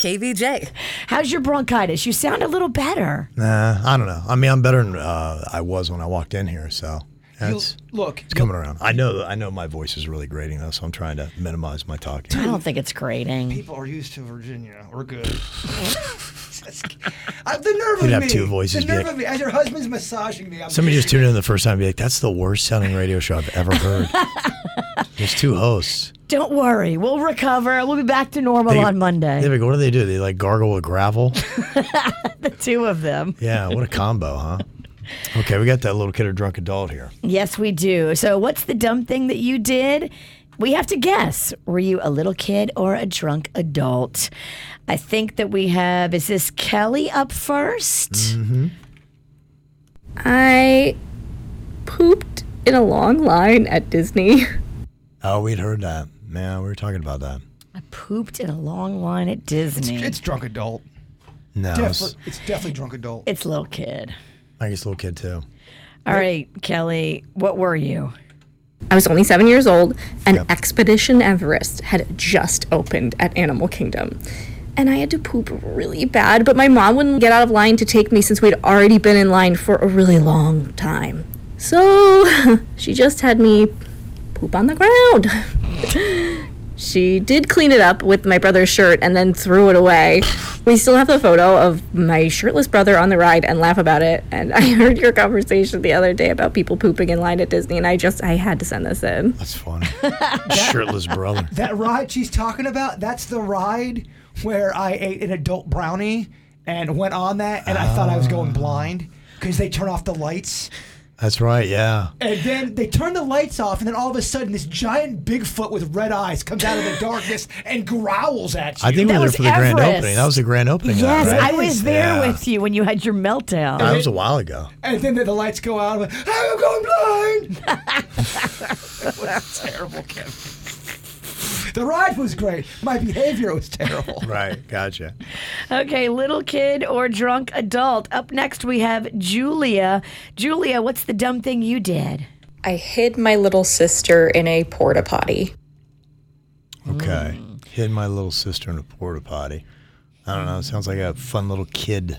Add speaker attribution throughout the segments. Speaker 1: KVJ.
Speaker 2: How's your bronchitis? You sound a little better.
Speaker 3: Nah, I don't know. I mean, I'm better than uh, I was when I walked in here, so
Speaker 4: You'll-
Speaker 3: that's
Speaker 4: Look,
Speaker 3: it's coming around. I know. I know my voice is really grating though, so I'm trying to minimize my talking.
Speaker 2: I don't think it's grating.
Speaker 4: people are used to Virginia. We're good. I, the nerve
Speaker 3: You'd
Speaker 4: of
Speaker 3: have
Speaker 4: me.
Speaker 3: two voices,
Speaker 4: The nerve
Speaker 3: Dick.
Speaker 4: of me. As your husband's massaging me. I'm
Speaker 3: Somebody just tuned in the first time and be like, "That's the worst sounding radio show I've ever heard." There's two hosts.
Speaker 2: Don't worry. We'll recover. We'll be back to normal
Speaker 3: They-
Speaker 2: on Monday.
Speaker 3: Yeah, like, what do they do? They like gargle with gravel.
Speaker 2: the two of them.
Speaker 3: Yeah, what a combo, huh? Okay, we got that little kid or drunk adult here.
Speaker 2: Yes, we do. So, what's the dumb thing that you did? We have to guess. Were you a little kid or a drunk adult? I think that we have, is this Kelly up 1st
Speaker 3: Mm.
Speaker 5: I pooped in a long line at Disney.
Speaker 3: Oh, we'd heard that. Yeah, we were talking about that.
Speaker 2: I pooped in a long line at Disney.
Speaker 4: It's drunk adult.
Speaker 3: No, it's-
Speaker 4: Definitely, it's definitely drunk adult.
Speaker 2: It's little kid.
Speaker 3: I guess little kid too.
Speaker 2: All right, Kelly, what were you?
Speaker 5: I was only seven years old, and
Speaker 3: Yep.
Speaker 5: Expedition Everest had just opened at Animal Kingdom. And I had to poop really bad, but my mom wouldn't get out of line to take me since we'd already been in line for a really long time. So she just had me poop on the ground. she did clean it up with my brother's shirt and then threw it away. We still have the photo of my shirtless brother on the ride and laugh about it. And I heard your conversation the other day about people pooping in line at Disney, and I just I had to send this in.
Speaker 3: That's funny. Shirtless brother.
Speaker 4: that ride she's talking about, that's the ride where I ate an adult brownie and went on that, and I thought I was going
Speaker 3: Ah.
Speaker 4: blind because they turn off the lights.
Speaker 3: That's right. Yeah.
Speaker 4: And then they turn the lights off, and then all of a sudden, this giant Bigfoot with red eyes comes out of the darkness and growls at you.
Speaker 3: I think we
Speaker 2: That
Speaker 3: were there
Speaker 2: was
Speaker 3: for the grand
Speaker 2: Everest.
Speaker 3: opening. That was the grand opening.
Speaker 2: Yes,
Speaker 3: night, right?
Speaker 2: I was there
Speaker 3: Yeah.
Speaker 2: with you when you had your meltdown.
Speaker 3: That was a while ago.
Speaker 4: and then the, the lights go out. I'm like, I'm going blind. it was terrible, Kevin. The ride was great. My behavior was terrible.
Speaker 3: Right. Gotcha.
Speaker 2: Okay, little kid or drunk adult. Up next, we have Julia. Julia, what's the dumb thing you did?
Speaker 6: I hid my little sister in a porta potty.
Speaker 3: Okay.
Speaker 2: Mm.
Speaker 3: Hid my little sister in a porta potty. I don't know. Sounds like a fun little kid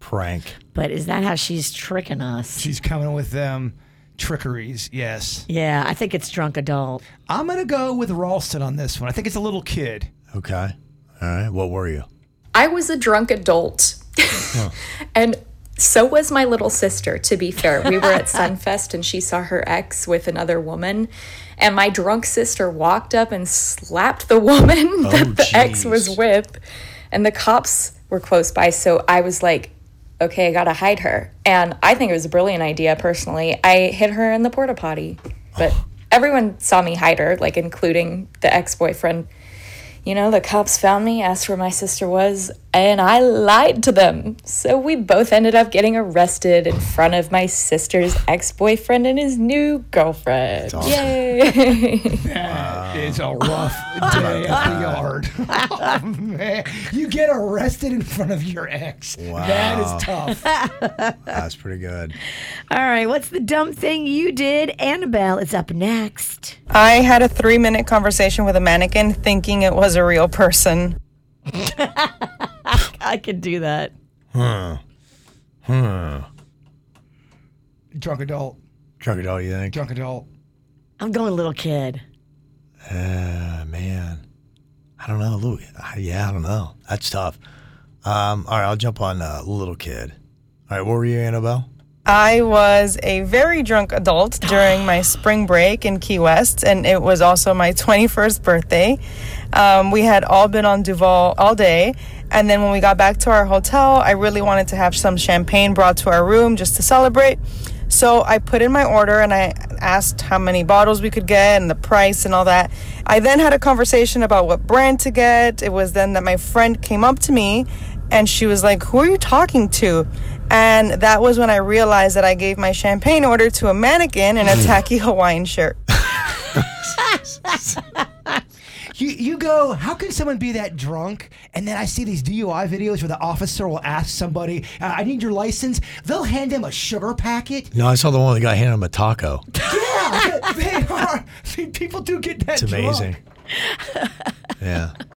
Speaker 3: prank.
Speaker 2: But is that how she's tricking us?
Speaker 4: She's coming with them trickeries. Yes,
Speaker 2: Yeah, I think it's drunk adult.
Speaker 4: I'm gonna go with Ralston on this one. I think it's a little kid.
Speaker 3: Okay. All right. What were you?
Speaker 2: Uh.
Speaker 6: I was a drunk adult. and so was my little sister, to be fair. We were at Sunfest and she saw her ex with another woman. And my drunk sister walked up and slapped the woman that the ex was
Speaker 3: jeez.
Speaker 6: with. And the cops were close by. So I was like, okay, I got to hide her. And I think it was a brilliant idea, personally. I hid her in the porta potty. But everyone saw me hide her, like, including the ex boyfriend. You know, the cops found me, asked where my sister was, and I lied to them. So we both ended up getting arrested in front of my sister's ex boyfriend and his new girlfriend.
Speaker 3: awesome.
Speaker 6: Yay!
Speaker 4: It's a rough day at the yard. oh, man. You get arrested in front of your ex. That is tough.
Speaker 3: That's pretty good.
Speaker 2: All right, what's the dumb thing you did? Annabelle is up next.
Speaker 7: I had a three minute conversation with a mannequin thinking it was a real person.
Speaker 2: I could do that.
Speaker 4: Drunk adult.
Speaker 3: Drunk adult, you think?
Speaker 4: Drunk adult.
Speaker 2: I'm going little kid.
Speaker 3: Uh, man. I don't know. Little, uh, yeah, I don't know. That's tough. Um, all right. I'll jump on uh, little kid. All right. What were you, Annabelle?
Speaker 7: I was a very drunk adult during my spring break in Key West, and it was also my 21st birthday. Um, we had all been on Duval all day, and then when we got back to our hotel, I really wanted to have some champagne brought to our room just to celebrate. So I put in my order, and I asked how many bottles we could get and the price and all that. I then had a conversation about what brand to get. It was then that my friend came up to me and she was like, Who are you talking to? And that was when I realized that I gave my champagne order to a mannequin in a tacky Hawaiian shirt.
Speaker 4: You, you go, how can someone be that drunk? And then I see these DUI videos where the officer will ask somebody, uh, I need your license. They'll hand them a sugar packet.
Speaker 3: No, I saw the one that guy handed him a taco.
Speaker 4: Yeah, they are. See, People do get that
Speaker 3: It's amazing.
Speaker 4: drunk.
Speaker 3: yeah.